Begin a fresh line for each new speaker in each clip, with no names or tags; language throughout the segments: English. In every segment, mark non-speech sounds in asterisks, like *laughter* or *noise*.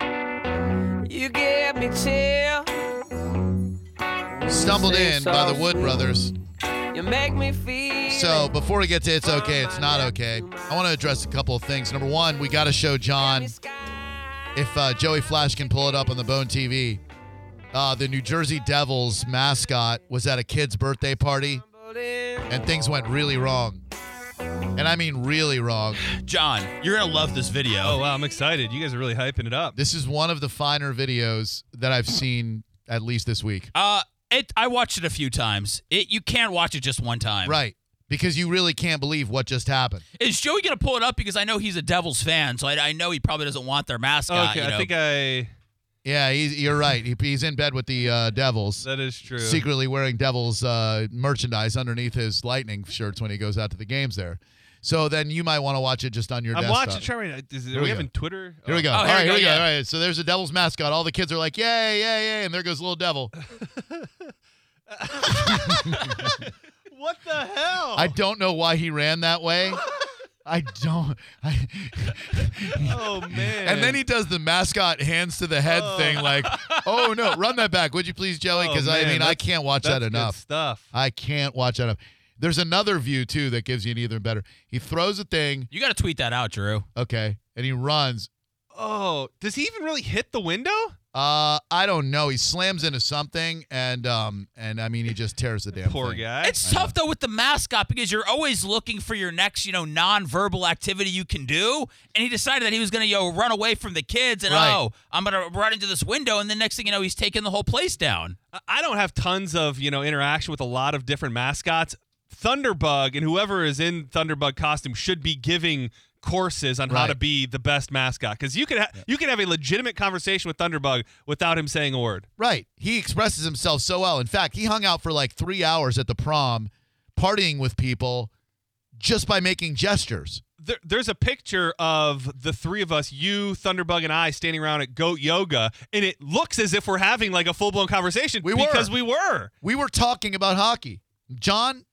You give me chill.
Stumbled
Sing
in by the Wood
softly.
Brothers.
You make me feel.
So
it.
before we get to it's okay, it's not okay. I want to address a couple of things. Number one, we got to show John if uh, Joey Flash can pull it up on the Bone TV. Uh, the New Jersey Devils mascot was at a kid's birthday party, and things went really wrong. And I mean really wrong.
John, you're gonna love this video.
Oh wow, I'm excited. You guys are really hyping it up.
This is one of the finer videos that I've seen at least this week.
Uh, it. I watched it a few times. It. You can't watch it just one time.
Right. Because you really can't believe what just happened.
Is Joey gonna pull it up because I know he's a Devils fan, so I, I know he probably doesn't want their mascot.
okay,
you know?
I think I
Yeah, he's, you're right. He, he's in bed with the uh, Devils.
that is true.
secretly wearing Devils uh, merchandise underneath his Lightning shirts when he goes out to the games there. So then you might want to watch it just on your
I'm
desktop.
watching. Trying. to- Is,
Here
are
we
we
go.
having Twitter?
Here we go.
Oh,
All
here we
right, here
go,
we go.
yeah.
All right. So there's a Devils mascot. All the kids are like, yay, yay, yay. And there goes Little Devil.
What the hell?
I don't know why he ran that way. I don't.
*laughs*
I,
*laughs* oh
*laughs*
man.
and then he does the mascot hands to the head
Oh.
thing, like, oh no, run that back, would you please, Joey?
Oh,
Because I
man,
mean, I
that's-
can't watch
That's
that enough.
Good stuff.
I can't watch that enough. There's another view too that gives you an either better. He throws a thing,
you gotta tweet that out, Drew.
okay, and he runs,
Oh, does he even really hit the window?
Uh, I don't know. He slams into something, and um, and I mean, he just
*laughs*
tears the damn
Poor
thing.
guy.
It's tough though with the mascot because you're always looking for your next, you know, non-verbal activity you can do. And he decided that he was gonna yo run away from the kids and
Right.
oh, I'm gonna run into this window, and the next thing you know, he's taking the whole place down.
I- I don't have tons of you know interaction with a lot of different mascots. Thunderbug and whoever is in Thunderbug costume should be giving courses on how to
Right.
be the best mascot because you could ha- you could have a legitimate conversation with Thunderbug without him saying a word.
Right. He expresses himself so well. In fact, he hung out for like three hours at the prom, partying with people, just by making gestures.
There, there's a picture of the three of us, you, Thunderbug, and I, standing around at Goat Yoga, and it looks as if we're having like a full blown conversation
We were.
because we were.
We were talking about hockey. John,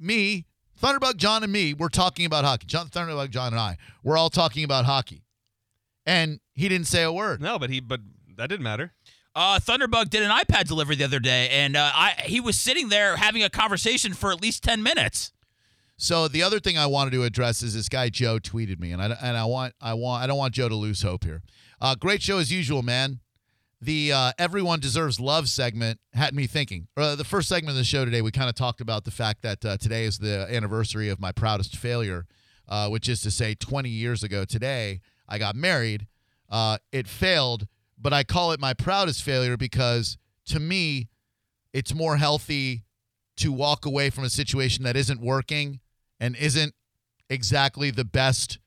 me, Thunderbug John, and me were talking about hockey. John, Thunderbug John, and I were all talking about hockey, and he didn't say a word.
No, but he, but that didn't matter.
Uh, Thunderbug did an iPad delivery the other day, and uh, I he was sitting there having a conversation for at least ten minutes.
So the other thing I wanted to address is this guy Joe tweeted me, and I and I want I want I don't want Joe to lose hope here. Uh, great show as usual, man. The uh, everyone deserves love segment had me thinking. Uh, the first segment of the show today, we kind of talked about the fact that uh, today is the anniversary of my proudest failure, uh, which is to say, 20 years ago today, I got married. Uh, it failed, but I call it my proudest failure because to me, it's more healthy to walk away from a situation that isn't working and isn't exactly the best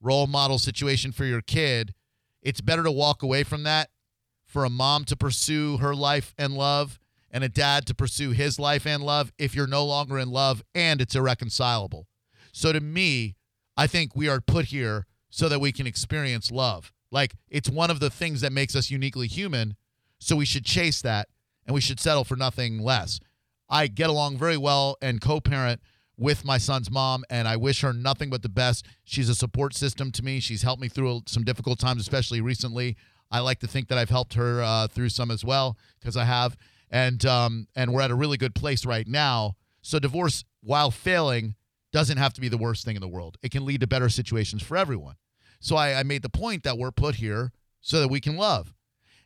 role model situation for your kid, it's better to walk away from that for a mom to pursue her life and love and a dad to pursue his life and love if you're no longer in love and it's irreconcilable. So to me, I think we are put here so that we can experience love. Like it's one of the things that makes us uniquely human. So we should chase that and we should settle for nothing less. I get along very well and co parent with my son's mom, and I wish her nothing but the best. She's a support system to me. She's helped me through some difficult times, especially recently. I like to think that I've helped her uh, through some as well because I have, and um, and we're at a really good place right now. So divorce, while failing, doesn't have to be the worst thing in the world. It can lead to better situations for everyone. So I, I made the point that we're put here so that we can love.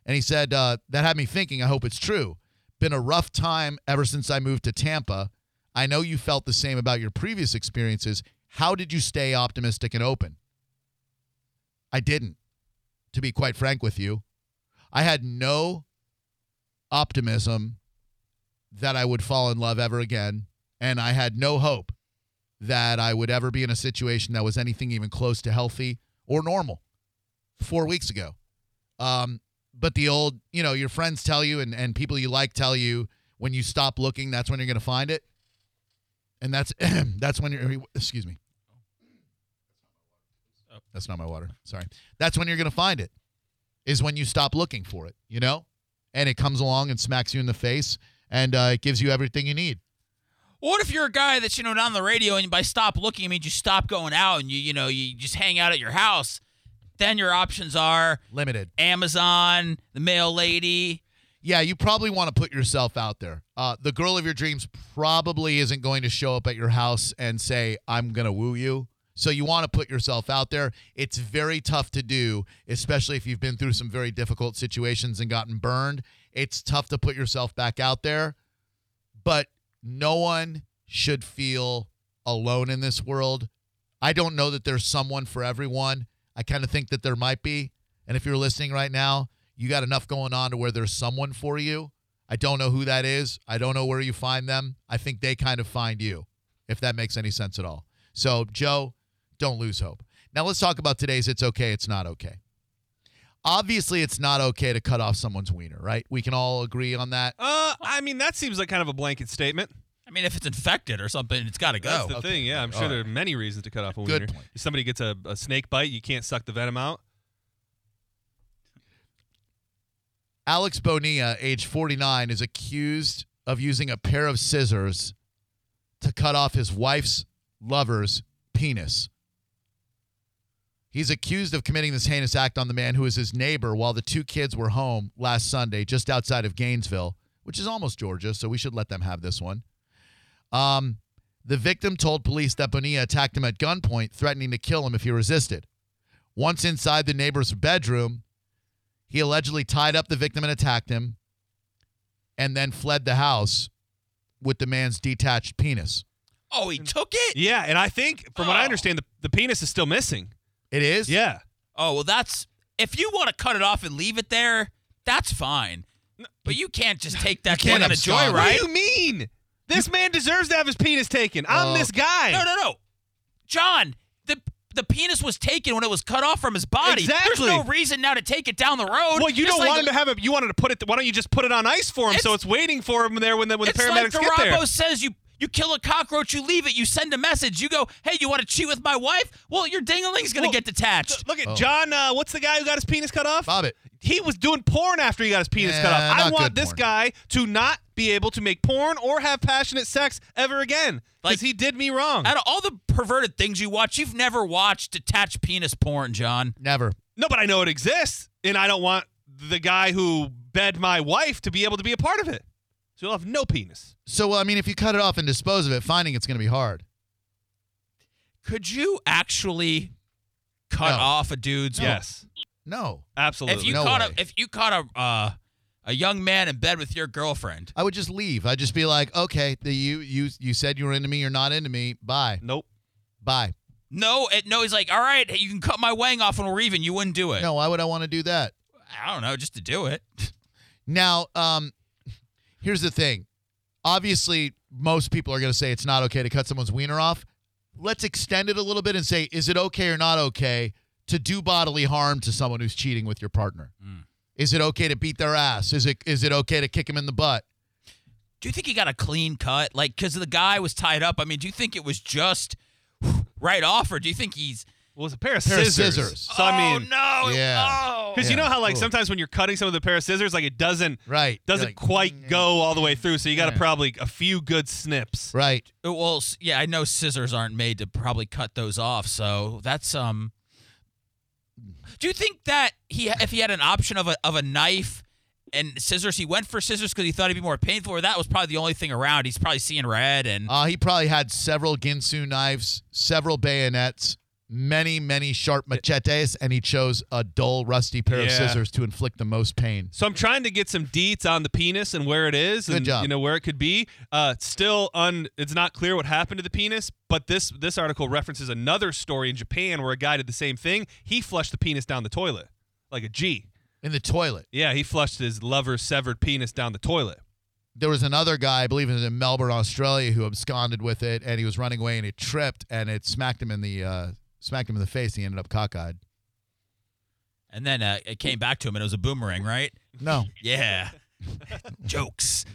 And he said, uh, That had me thinking. I hope it's true. Been a rough time ever since I moved to Tampa. I know you felt the same about your previous experiences. How did you stay optimistic and open? I didn't, to be quite frank with you. I had no optimism that I would fall in love ever again. And I had no hope that I would ever be in a situation that was anything even close to healthy or normal four weeks ago. Um, but the old, you know, your friends tell you and, and people you like tell you when you stop looking, that's when you're going to find it. And that's *clears throat* that's when you're excuse me. That's not my water. Sorry. That's when you're going to find it. Is when you stop looking for it, you know? And it comes along and smacks you in the face and uh, it gives you everything you need.
What if you're a guy that's you know not on the radio and by stop looking it means you stop going out and you you know you just hang out at your house? Then your options are
Limited.
Amazon, the mail lady.
Yeah, you probably want to put yourself out there. Uh, the girl of your dreams probably isn't going to show up at your house and say, I'm going to woo you. So you want to put yourself out there. It's very tough to do, especially if you've been through some very difficult situations and gotten burned. It's tough to put yourself back out there, but no one should feel alone in this world. I don't know that there's someone for everyone. I kind of think that there might be. And if you're listening right now, you got enough going on to where there's someone for you. I don't know who that is. I don't know where you find them. I think they kind of find you, if that makes any sense at all. So, Joe, don't lose hope. Now, let's talk about today's It's Okay, It's Not Okay. Obviously, it's not okay to cut off someone's wiener, right? We can all agree on that.
Uh, I mean, that seems like kind of a blanket statement.
I mean, if it's infected or something, it's got to
That's
go.
the thing. Yeah, I'm sure there are many reasons to cut off a
Good
wiener.
point.
If somebody gets a, a snake bite, you can't suck the venom out.
Alex Bonilla, age 49, is accused of using a pair of scissors to cut off his wife's lover's penis. He's accused of committing this heinous act on the man who is his neighbor while the two kids were home last Sunday, just outside of Gainesville, which is almost Georgia, so we should let them have this one. Um, the victim told police that Bonilla attacked him at gunpoint, threatening to kill him if he resisted. Once inside the neighbor's bedroom, he allegedly tied up the victim and attacked him, and then fled the house with the man's detached penis.
oh, he took it.
Yeah, and I think, from what I
Oh.
understand, the, the penis is still missing.
It is?
Yeah.
Oh well, that's if you want to cut it off and leave it there, that's fine. But you can't just take that
can't
thing on a
abscond.
joyride.
What do you mean? Uh, This man deserves to have his penis taken. I'm
Oh.
this guy.
No, no, no. John, the the penis was taken when it was cut off from his body.
Exactly.
There's no reason now to take it down the road.
Well, you
Just
don't
like-
want him to have it. You wanted to put it. Why don't you just put it on ice for him so
It's-
it's waiting for him there when the, when the
It's like
paramedics get
Garoppolo
there?
says you you kill a cockroach, you leave it, you send a message, you go, hey, you want to cheat with my wife? Well, your dingling's gonna
Well,
get detached.
Look at
Oh.
John. Uh, what's the guy who got his penis cut off?
Bob it.
He was doing porn after he got his penis
Yeah,
cut off. I
not
want
good
this
porn.
guy to not be able to make porn or have passionate sex ever again because
Like-
he did me wrong.
Out of all the perverted things you watch, you've never watched detached penis porn, John.
Never.
No, but I know it exists, and I don't want the guy who bed my wife to be able to be a part of it. So he'll have no penis.
So, well, I mean, if you cut it off and dispose of it, finding it's going to be hard.
Could you actually cut
No.
off a dude's
Yes,
No.
absolutely.
If you
No
caught
way.
a if you caught a uh, a young man in bed with your girlfriend,
I would just leave. I'd just be like, okay, the, you you you said you were into me. You're not into me. Bye.
nope.
Bye.
no, it, no, he's like, all right, you can cut my wang off and we're even. You wouldn't do it.
No, why would I want to do that?
I don't know, just to do it. *laughs*
Now, um, here's the thing. Obviously, most people are going to say it's not okay to cut someone's wiener off. Let's extend it a little bit and say, is it okay or not okay to do bodily harm to someone who's cheating with your partner?
Mm.
Is it okay to beat their ass? Is it is it okay to kick him in the butt?
Do you think he got a clean cut? Like, because the guy was tied up. I mean, do you think it was just *sighs* right off, or do you think he's?
Well, it's a pair of
Pair of
scissors.
scissors.
So I mean,
oh no!
Yeah.
Oh.
because you
Yeah,
know how like
cool.
sometimes when you're cutting some of the pair of scissors, like it doesn't
Right.
doesn't
Like,
quite go all the way through. So you got to
Yeah.
probably a few good snips.
Right.
Uh, Well, s- yeah, I know scissors aren't made to probably cut those off, so that's um. Do you think that he, if he had an option of a of a knife and scissors, he went for scissors because he thought it'd be more painful, or that was probably the only thing around? He's probably seeing red, and
Uh, he probably had several Ginsu knives, several bayonets, many, many sharp machetes, and he chose a dull, rusty pair of
Yeah.
scissors to inflict the most pain.
So I'm trying to get some deets on the penis and where it is,
Good
and
job.
you know where it could be. Uh, still, un it's not clear what happened to the penis, but this this article references another story in Japan where a guy did the same thing. He flushed the penis down the toilet, like a G.
In the toilet.
Yeah, he flushed his lover's severed penis down the toilet.
There was another guy, I believe it was in Melbourne, Australia, who absconded with it, and he was running away, and it tripped, and it smacked him in the uh, smacked him in the face. And he ended up cockeyed.
and then uh, it came back to him, and it was a boomerang, right?
No,
Yeah, *laughs* jokes.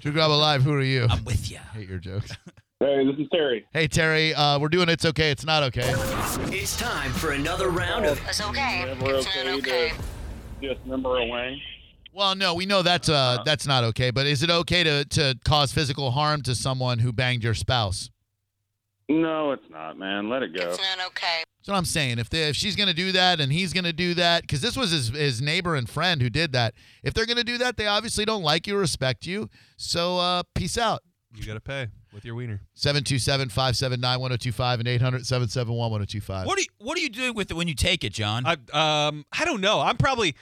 Drew Grab alive. Who are you?
I'm with you.
hate your jokes.
Hey, this is Terry.
Hey Terry, uh, we're doing it's okay. It's not okay.
It's time for another round of
It's okay.
Never
It's not
okay
okay.
to dismember a wing.
Well, no, we know that's uh, that's not okay. But is it okay to to cause physical harm to someone who banged your spouse?
No, it's not, man. Let it go.
It's not okay.
That's what I'm saying. If they, if she's gonna do that and he's gonna do that, because this was his his neighbor and friend who did that. If they're gonna do that, they obviously don't like you, or respect you. So uh, peace out.
You got to pay with your wiener.
727-579-1025 and 800 1025
What do you, what do you do with it when you take it, John?
I um I don't know. I'm probably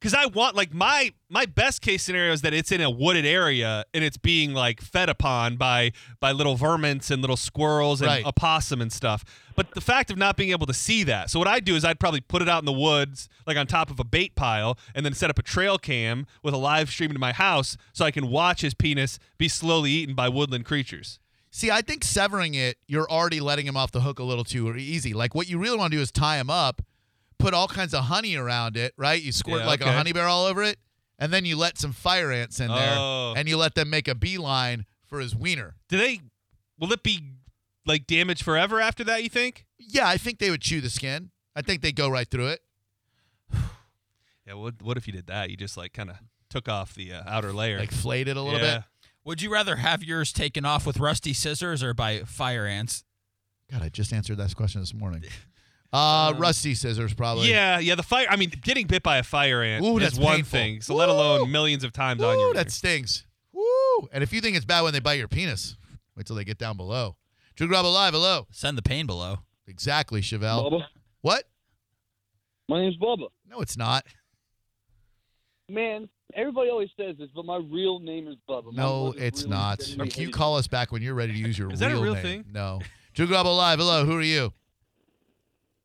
because I want like my my best case scenario is that it's in a wooded area and it's being like fed upon by by little vermins and little squirrels and
Right.
a possum and stuff. But the fact of not being able to see that, so what I do is I'd probably put it out in the woods, like on top of a bait pile, and then set up a trail cam with a live stream to my house so I can watch his penis be slowly eaten by woodland creatures.
See, I think severing it, you're already letting him off the hook a little too easy. Like what you really want to do is tie him up, put all kinds of honey around it, right? You squirt
Yeah,
like a
okay.
honey bear all over it, and then you let some fire ants in there,
Oh.
and you let them make a beeline for his wiener.
Do they? Will it be like damaged forever after that? You think?
Yeah, I think they would chew the skin. I think they go right through it.
Yeah, what what if you did that? You just like kind of took off the uh, outer layer,
Like flate it a little
Yeah.
bit.
Would you rather have yours taken off with rusty scissors or by fire ants?
God, I just answered that question this
*laughs*
morning. Uh, rusty scissors, probably.
Um, Yeah, yeah. The fire. I mean, getting bit by a fire ant
Ooh,
is
that's
one
painful.
thing. So let alone millions of times on your.
Ooh, that stings. Woo! And if you think it's bad when they bite your penis, wait till they get down below. Drew Grub Alive, hello.
Send the pain below.
Exactly, Chevelle.
Bubba.
What?
My name's Bubba.
No, it's not.
Man, everybody always says this, but my real name is Bubba. My
No,
mother
it's
really
not.
said me
Can you
hated
call us back when you're ready to use your
*laughs* Is that a real
name?
thing?
No. Drew Grub Alive, hello. Who are you?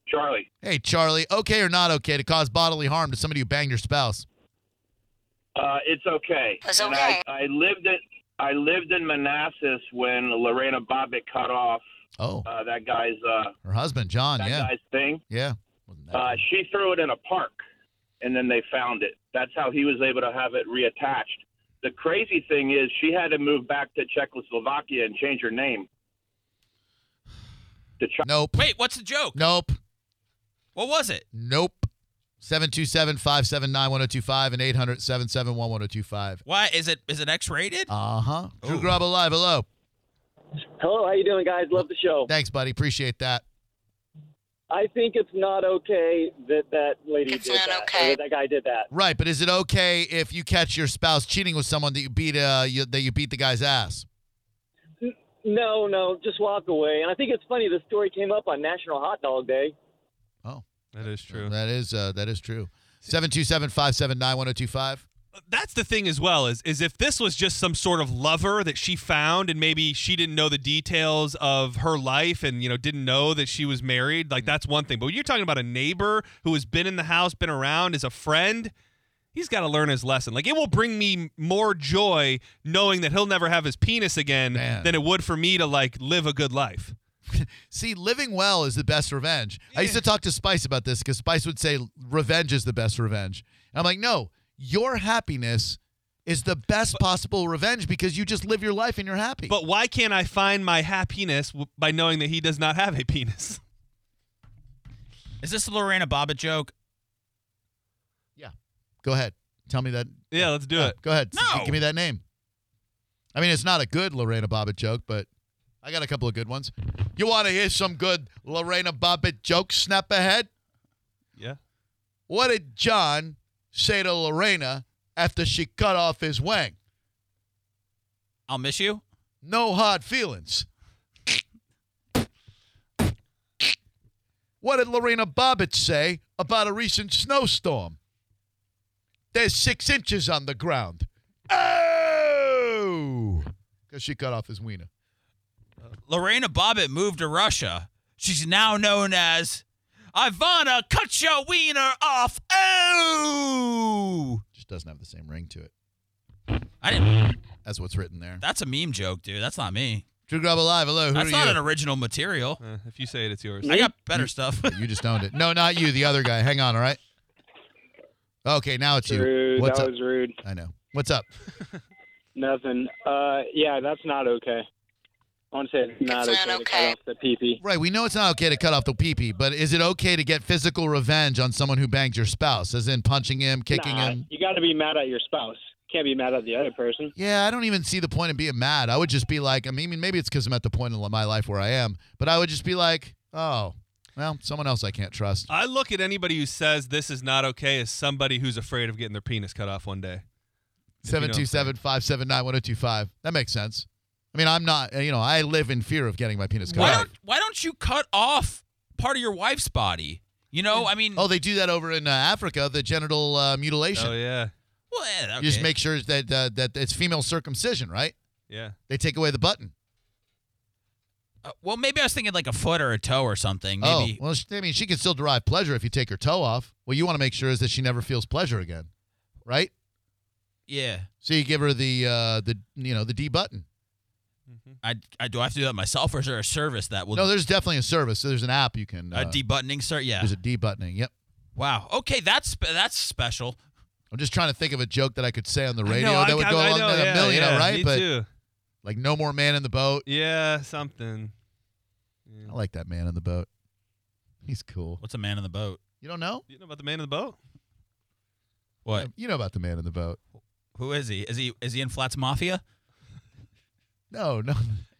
Charlie,
Hey, Charlie. Okay or not okay to cause bodily harm to somebody who banged your spouse?
uh, it's okay.
It's
And
okay.
I, I lived in I lived in Manassas when Lorena Bobbitt cut off
Oh,
uh, that guy's uh,
her husband, John.
that
Yeah.
guy's thing.
Yeah. Wasn't that
Uh,
good.
she threw it in a park, and then they found it. That's how he was able to have it reattached. The crazy thing is, she had to move back to Czechoslovakia and change her name. To Ch-
nope.
Wait, what's the joke?
Nope.
What was it?
Nope. 727 579 1025 and 800 771 1025.
Why is it is it X rated?
Uh huh. Drew
Ooh.
Grub Alive, hello.
it. Hello, how you doing, guys? Love the show.
Thanks, buddy. Appreciate that.
I think it's not okay that that lady
It's
did
not
that.
okay.
or that guy did that.
Right, but is it okay if you catch your spouse cheating with someone that you beat uh you, that you beat the guy's ass?
No, no, just walk away. And I think it's funny. The story came up on National Hot Dog Day.
That is true.
That is uh that is true. 727-579-1025.
That's the thing as well is is if this was just some sort of lover that she found and maybe she didn't know the details of her life and you know didn't know that she was married like that's one thing. But when you're talking about a neighbor who has been in the house, been around, is a friend. He's got to learn his lesson. Like it will bring me more joy knowing that he'll never have his penis again
Man.
than it would for me to like live a good life.
See, living well is the best revenge. I used to talk to Spice about this because Spice would say revenge is the best revenge. And I'm like, no, your happiness is the best possible revenge because you just live your life and you're happy.
But why can't I find my happiness w- by knowing that he does not have a penis? *laughs*
Is this a Lorena Bobbitt joke?
go ahead, tell me that.
Yeah, let's do
Yeah,
it.
Go ahead.
No.
Give me that name. I mean, it's not a good Lorena Bobbitt joke, but I got a couple of good ones. You want to hear some good Lorena Bobbitt jokes? Snap ahead.
Yeah.
What did John say to Lorena after she cut off his wang?
I'll miss you.
No hard feelings. What did Lorena Bobbitt say about a recent snowstorm? There's six inches on the ground. Oh! Because she cut off his wiener.
Lorena Bobbitt moved to Russia. She's now known as Ivana Cut Your Wiener Off. Oh,
Just doesn't have the same ring to it.
I didn't.
That's what's written there.
That's a meme joke, dude. That's not me.
Drew Grub Alive, hello. Who
That's
are
not
you?
an original material.
Uh, if you say it, it's yours.
I got
*laughs*
better stuff.
you just owned it. No, not you, the other guy. Hang on, all right? Okay, now it's you.
Rude.
What's
that
up?
was rude.
I know. What's up?
Nothing. Uh, yeah, that's not okay.
Honestly, it's not
It's
okay,
not
to
okay.
cut off the pee-pee.
Right, we know it's not okay to cut off the pee-pee, but is it okay to get physical revenge on someone who banged your spouse, as in punching him, kicking
Nah,
him?
You got to be mad at your spouse. Can't be mad at the other person.
Yeah, I don't even see the point in being mad. I would just be like, I mean, maybe it's because I'm at the point in my life where I am, but I would just be like, oh, well, someone else I can't trust.
I look at anybody who says this is not okay as somebody who's afraid of getting their penis cut off one day. you know what I'm saying.
727 579 1025. That makes sense. I mean, I'm not, you know, I live in fear of getting my penis cut
Why
off.
don't Why don't you cut off part of your wife's body? You know, I mean,
Oh, they do that over in uh, Africa, the genital uh, mutilation.
Oh yeah,
well, yeah,
You just
okay.
make sure that uh, that it's female circumcision, right?
yeah.
They take away the button.
Uh, well, maybe I was thinking like a foot or a toe or something. Maybe.
Oh, well, she, I mean, she can still derive pleasure if you take her toe off. What you want to make sure is that she never feels pleasure again, right?
Yeah.
So you give her the uh, the you know the D button.
I, I do I have to do that myself, or is there a service that will
no, there's definitely a service. So there's an app you can. Uh,
a debuttoning service? Yeah.
There's a D buttoning. Yep.
wow. Okay, that's spe- that's special.
I'm just trying to think of a joke that I could say on the radio
I know,
that
I-
would
I-
go
I
along
know,
with
yeah,
a million,
yeah,
right?
Me
but
too.
like no more man in the boat.
yeah, something.
I like that man in the boat. He's cool.
What's a man in the boat?
You don't know?
You know about the man in the boat?
What?
You know about the man in the boat?
Who is he? Is he is he in Flats Mafia?
No, *laughs* no.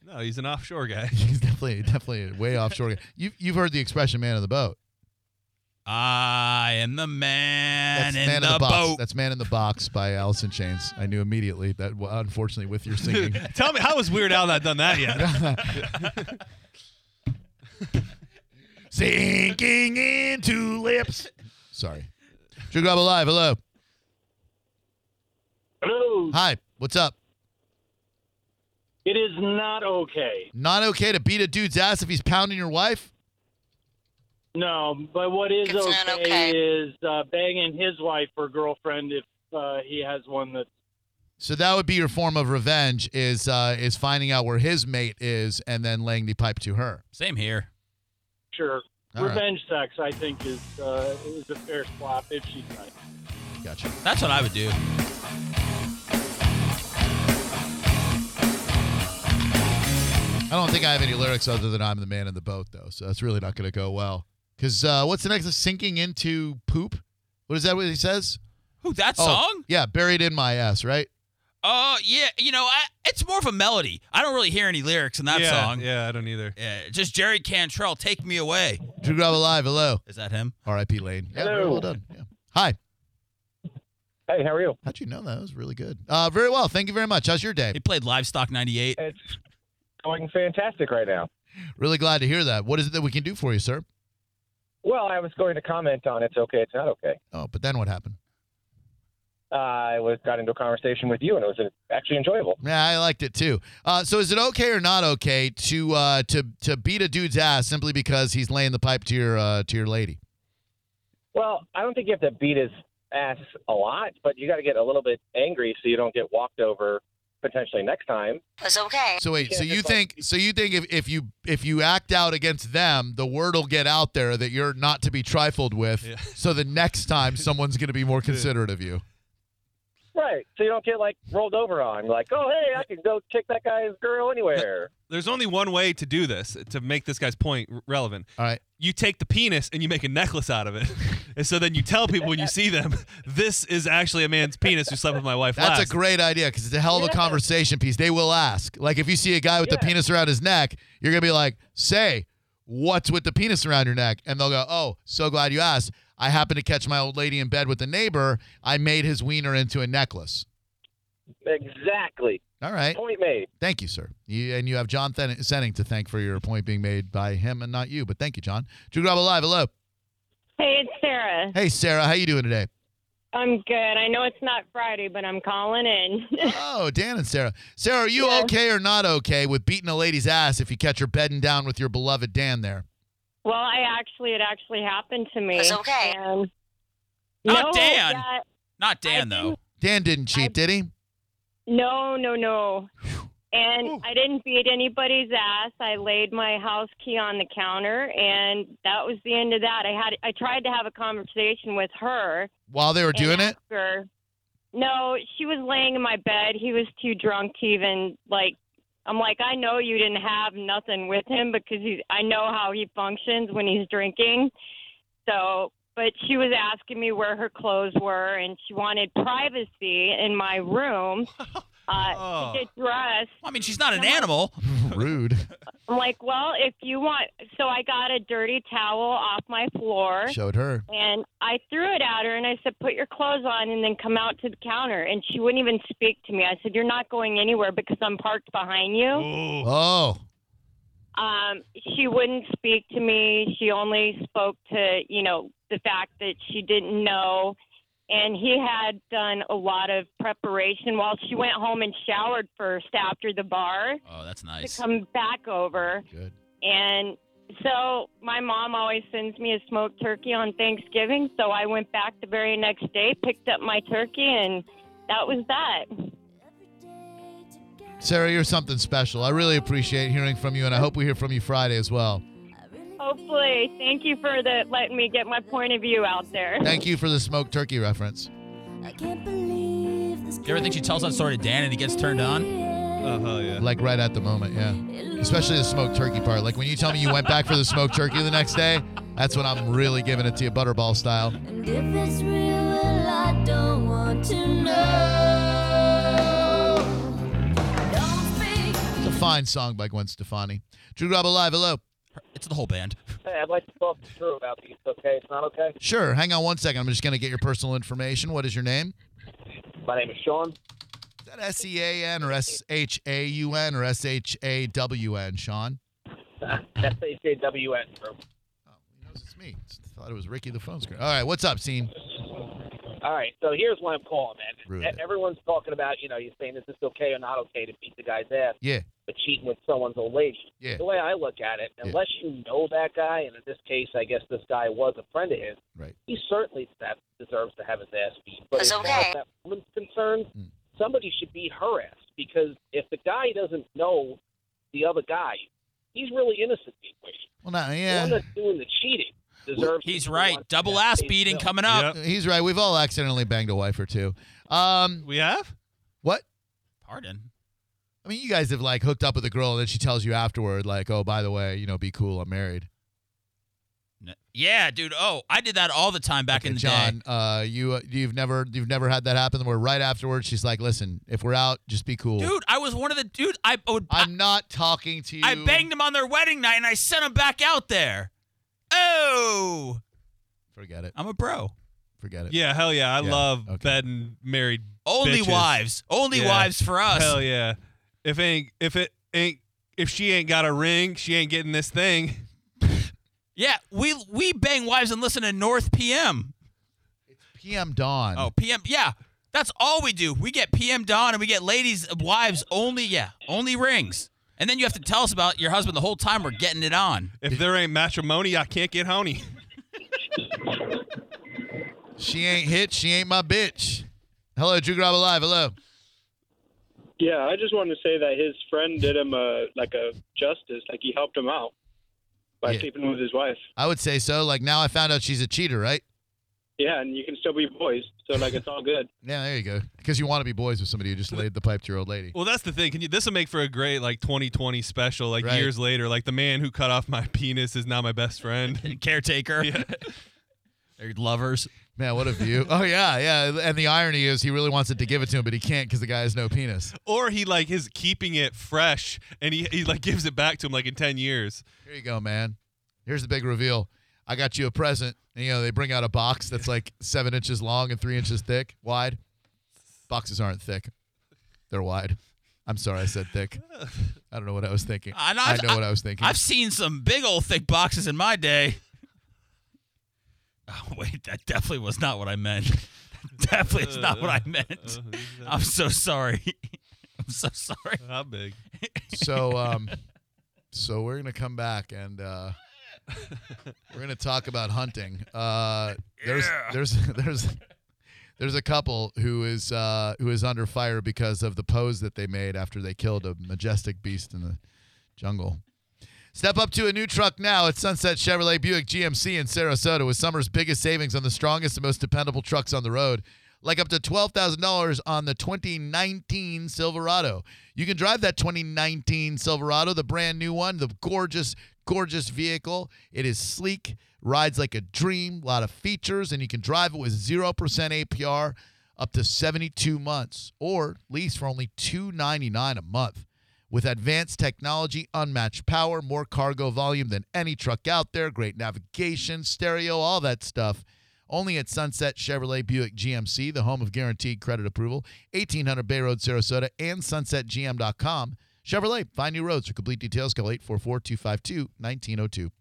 No, he's an
*laughs*
offshore guy.
He's definitely definitely way offshore. You've you've heard the expression "man in the boat."
I am the man in
man
the,
in the box.
boat.
That's "Man in the Box" by Allison Chains. I knew immediately that, well, unfortunately, with your
*laughs*
singing.
Tell me, how has Weird Al not done that
*laughs*
yet?
Sinking into lips. Sorry. Sugar Rob Alive, hello.
Hello.
Hi, what's up?
It is not okay.
Not okay to beat a dude's ass if he's pounding your wife?
No, but what is
It's
okay,
not okay.
is uh, banging his wife or girlfriend if uh, he has one that.
So that would be your form of revenge is uh, is finding out where his mate is and then laying the pipe to her.
Same here.
Sure.
All right.
Revenge sex, I think, is uh, is a fair swap if she's nice.
Gotcha.
That's what I would do.
I don't think I have any lyrics other than I'm the man in the boat though, so that's really not going to go well. Cause uh, what's the next? Sinking into poop. What is that? What he says?
Who that
Oh,
song?
yeah, buried in my ass. Right.
Oh yeah, you know I, it's more of a melody. I don't really hear any lyrics in that
yeah,
song.
Yeah, I don't either.
Yeah, just Jerry Cantrell, take me away.
Drew Grab Alive. Hello.
Is that him?
R.I.P. Lane. Yeah,
Hello.
very well done. Yeah. Hi.
Hey, how are you?
How'd you know that? That was really good. Uh, very well. Thank you very much. How's your day?
He played Livestock '98.
It's going fantastic right now.
Really glad to hear that. What is it that we can do for you, sir?
Well, I was going to comment on it's okay, it's not okay. Uh,
Oh, but then what happened?
I was got into a conversation with you, and it was uh, actually enjoyable.
Yeah, I liked it too. Uh, so is it okay or not okay to uh, to to beat a dude's ass simply because he's laying the pipe to your uh, to your lady?
Well, I don't think you have to beat his ass a lot, but you got to get a little bit angry so you don't get walked over potentially next time.
It's okay.
So wait, so
Yeah,
you
it's like-
think so you think if, if you if you act out against them, the word will get out there that you're not to be trifled with. *laughs*
Yeah.
So the next time someone's going to be more considerate of you.
Right. So you don't get like rolled over on, like, oh, hey, I could go kick that guy's girl anywhere.
There's only one way to do this to make this guy's point r- relevant.
All right.
You take the penis and you make a necklace out of it, *laughs* and so then you tell people when you see them, *laughs* this is actually a man's penis who slept with my wife
That's
last.
a great idea because it's a hell of a
Yeah.
conversation piece. They will ask. Like if you see a guy with the
Yeah.
penis around his neck, you're gonna be like, "Say, what's with the penis around your neck?" And they'll go, "Oh, so glad you asked. I happened to catch my old lady in bed with a neighbor. I made his wiener into a necklace."
Exactly.
All right.
Point made.
Thank you, sir. You, and you have John Then- Senning to thank for your point being made by him and not you. But thank you, John. Drew Grab Live. Hello.
Hey, it's Sarah.
Hey, Sarah. How you doing today?
I'm good. I know it's not Friday, but I'm calling in. *laughs*
Oh, Dan and Sarah. Sarah, are you
Yeah.
okay or not okay with beating a lady's ass if you catch her bedding down with your beloved Dan there?
well, I actually, it actually happened to me.
It's okay.
And
Not Dan.
that-
Not Dan
I
though.
Dan didn't cheat,
I-
did he?
no, no, no. And
Ooh.
I didn't beat anybody's ass. I laid my house key on the counter, and that was the end of that. I had, I tried to have a conversation with her.
While they were doing
and
it?
ask her- No, she was laying in my bed. He was too drunk to even like I'm like, I know you didn't have nothing with him because he's, I know how he functions when he's drinking. So, but she was asking me where her clothes were, and she wanted privacy in
*laughs*
my room
Oh.
uh, to get dressed.
Well, I mean, she's not an animal.
*laughs* Rude.
I'm like, well, if you want, so I got a dirty towel off my floor.
Showed her.
And I threw it at her and I said, Put your clothes on and then come out to the counter. And she wouldn't even speak to me. I said, You're not going anywhere because I'm parked behind
Mm.
you.
Oh.
Um, she wouldn't speak to me. She only spoke to, you know, the fact that she didn't know. And he had done a lot of preparation while she went home and showered first after the bar
Oh, that's
to
nice.
come back over.
Good.
And so my mom always sends me a smoked turkey on Thanksgiving. So I went back the very next day, picked up my turkey, and that was that.
Sarah, you're something special. I really appreciate hearing from you, and I hope we hear from you Friday as well.
Hopefully, thank you for the letting me get my point of view out there.
Thank you for the smoked turkey reference.
You ever think she tells that story to Dan and he gets turned on?
Oh, hell yeah.
Like right at the moment, yeah. Especially the smoked turkey part. Like when you tell me you went back for the smoked turkey the next day, that's when I'm really giving it to you, butterball style.
And if it's real, well, I don't want to know. Don't speak.
It's a fine song by Gwen Stefani. Drew Rob Live, hello.
It's the whole band.
Hey, I'd like to talk to Drew about these. Okay, it's not okay.
Sure, hang on one second. I'm just going to get your personal information. What is your name?
My name is Sean. *laughs*
Is that S E A N or S H A U N or S H A W N, Sean?
That's H A W N, bro.
Oh, he knows it's me. Thought it was Ricky the phone screen. All right, what's up, scene?
All right, so here's why I'm calling, man.
Rude.
E- Everyone's talking about, you know, you're saying is this okay or not okay to beat the guy's ass,
Yeah,
but cheating with someone's old lady.
yeah,
The way I look at it,
Yeah.
unless you know that guy, and in this case, I guess this guy was a friend of his,
right.
he certainly that deserves to have his ass beat. But
It's
as far
okay.
as that woman's concerned,
Mm.
somebody should beat her ass because if the guy doesn't know the other guy, he's really innocent. in the equation.
Well, not,
The one
yeah.
that's doing the cheating deserves. to
He's
be
right.
on
Double
that
ass
face
beating
bill.
coming up.
Yep.
He's right. We've all accidentally banged a wife or two. Um,
We have?
what?
Pardon.
I mean, you guys have like hooked up with a girl, and then she tells you afterward, like, "Oh, by the way, you know, be cool. I'm married."
No- Yeah, dude. Oh, I did that all the time back
Okay,
in the day.
John, uh, you you've never you've never had that happen. Where right afterwards, she's like, "Listen, if we're out, just be cool."
Dude, I was one of the dude. I would. I,
I'm not talking to you.
I banged him on their wedding night and I sent him back out there. Oh,
Forget it.
I'm a bro.
Forget it.
Yeah, hell yeah. I
Yeah,
love
okay.
bed and married.
Only
bitches.
wives. Only
Yeah.
wives for us.
Hell yeah. If ain't if it ain't if she ain't got a ring, she ain't getting this thing.
Yeah, we we bang wives and listen to North PM.
PM Dawn.
Oh, PM. Yeah, that's all we do. We get PM Dawn and we get ladies wives only. Yeah, only rings. And then you have to tell us about your husband the whole time we're getting it on.
If there ain't matrimony, I can't get honey. *laughs*
she ain't hit. She ain't my bitch. Hello, Drew Grab Alive. Hello.
Yeah, I just wanted to say that his friend did him a like a justice, like he helped him out by
Yeah.
sleeping with his wife.
I would say so. Like now, I found out she's a cheater, right?
Yeah, and you can still be boys, so like it's all good.
Yeah, there you go. Because you want to be boys with somebody who just laid the pipe to your old lady.
Well, that's the thing. Can you? This will make for a great like 2020 special. Like
Right.
years later, like the man who cut off my *laughs* penis is now my best friend.
*laughs* Caretaker. They're lovers.
Man, what a view. Oh, yeah, yeah. And the irony is he really wants it to give it to him, but he can't because the guy has no penis.
or he like is keeping it fresh and he, he like gives it back to him like in 10 years
Here you go, man. Here's the big reveal. I got you a present. And, you know, they bring out a box that's like seven inches long and three inches thick, wide. Boxes aren't thick, they're wide. I'm sorry I said thick. I don't know what I was thinking.
I know-
I know what I was thinking.
I've seen some big old thick boxes in my day. Oh, *laughs* wait, that definitely was not what I meant. *laughs* definitely is not what I meant.
Uh,
I'm so sorry. *laughs* I'm so sorry.
how big
So, um, so we're gonna come back and uh, we're gonna talk about hunting. Uh, there's there's there's there's a couple who is uh, who is under fire because of the pose that they made after they killed a majestic beast in the jungle. Step up to a new truck now at Sunset Chevrolet Buick GMC in Sarasota with summer's biggest savings on the strongest and most dependable trucks on the road. like up to $12,000 on the 2019 Silverado. You can drive that 2019 Silverado, the brand new one, the gorgeous, gorgeous vehicle. It is sleek, rides like a dream, a lot of features, and you can drive it with 0% APR up to 72 months or lease for only $299 a month. With advanced technology, unmatched power, more cargo volume than any truck out there, great navigation, stereo, all that stuff. Only at Sunset Chevrolet Buick GMC, the home of guaranteed credit approval, 1800 Bay Road, Sarasota, and sunsetgm.com. Chevrolet, find new roads. For complete details, call 844 252 1902.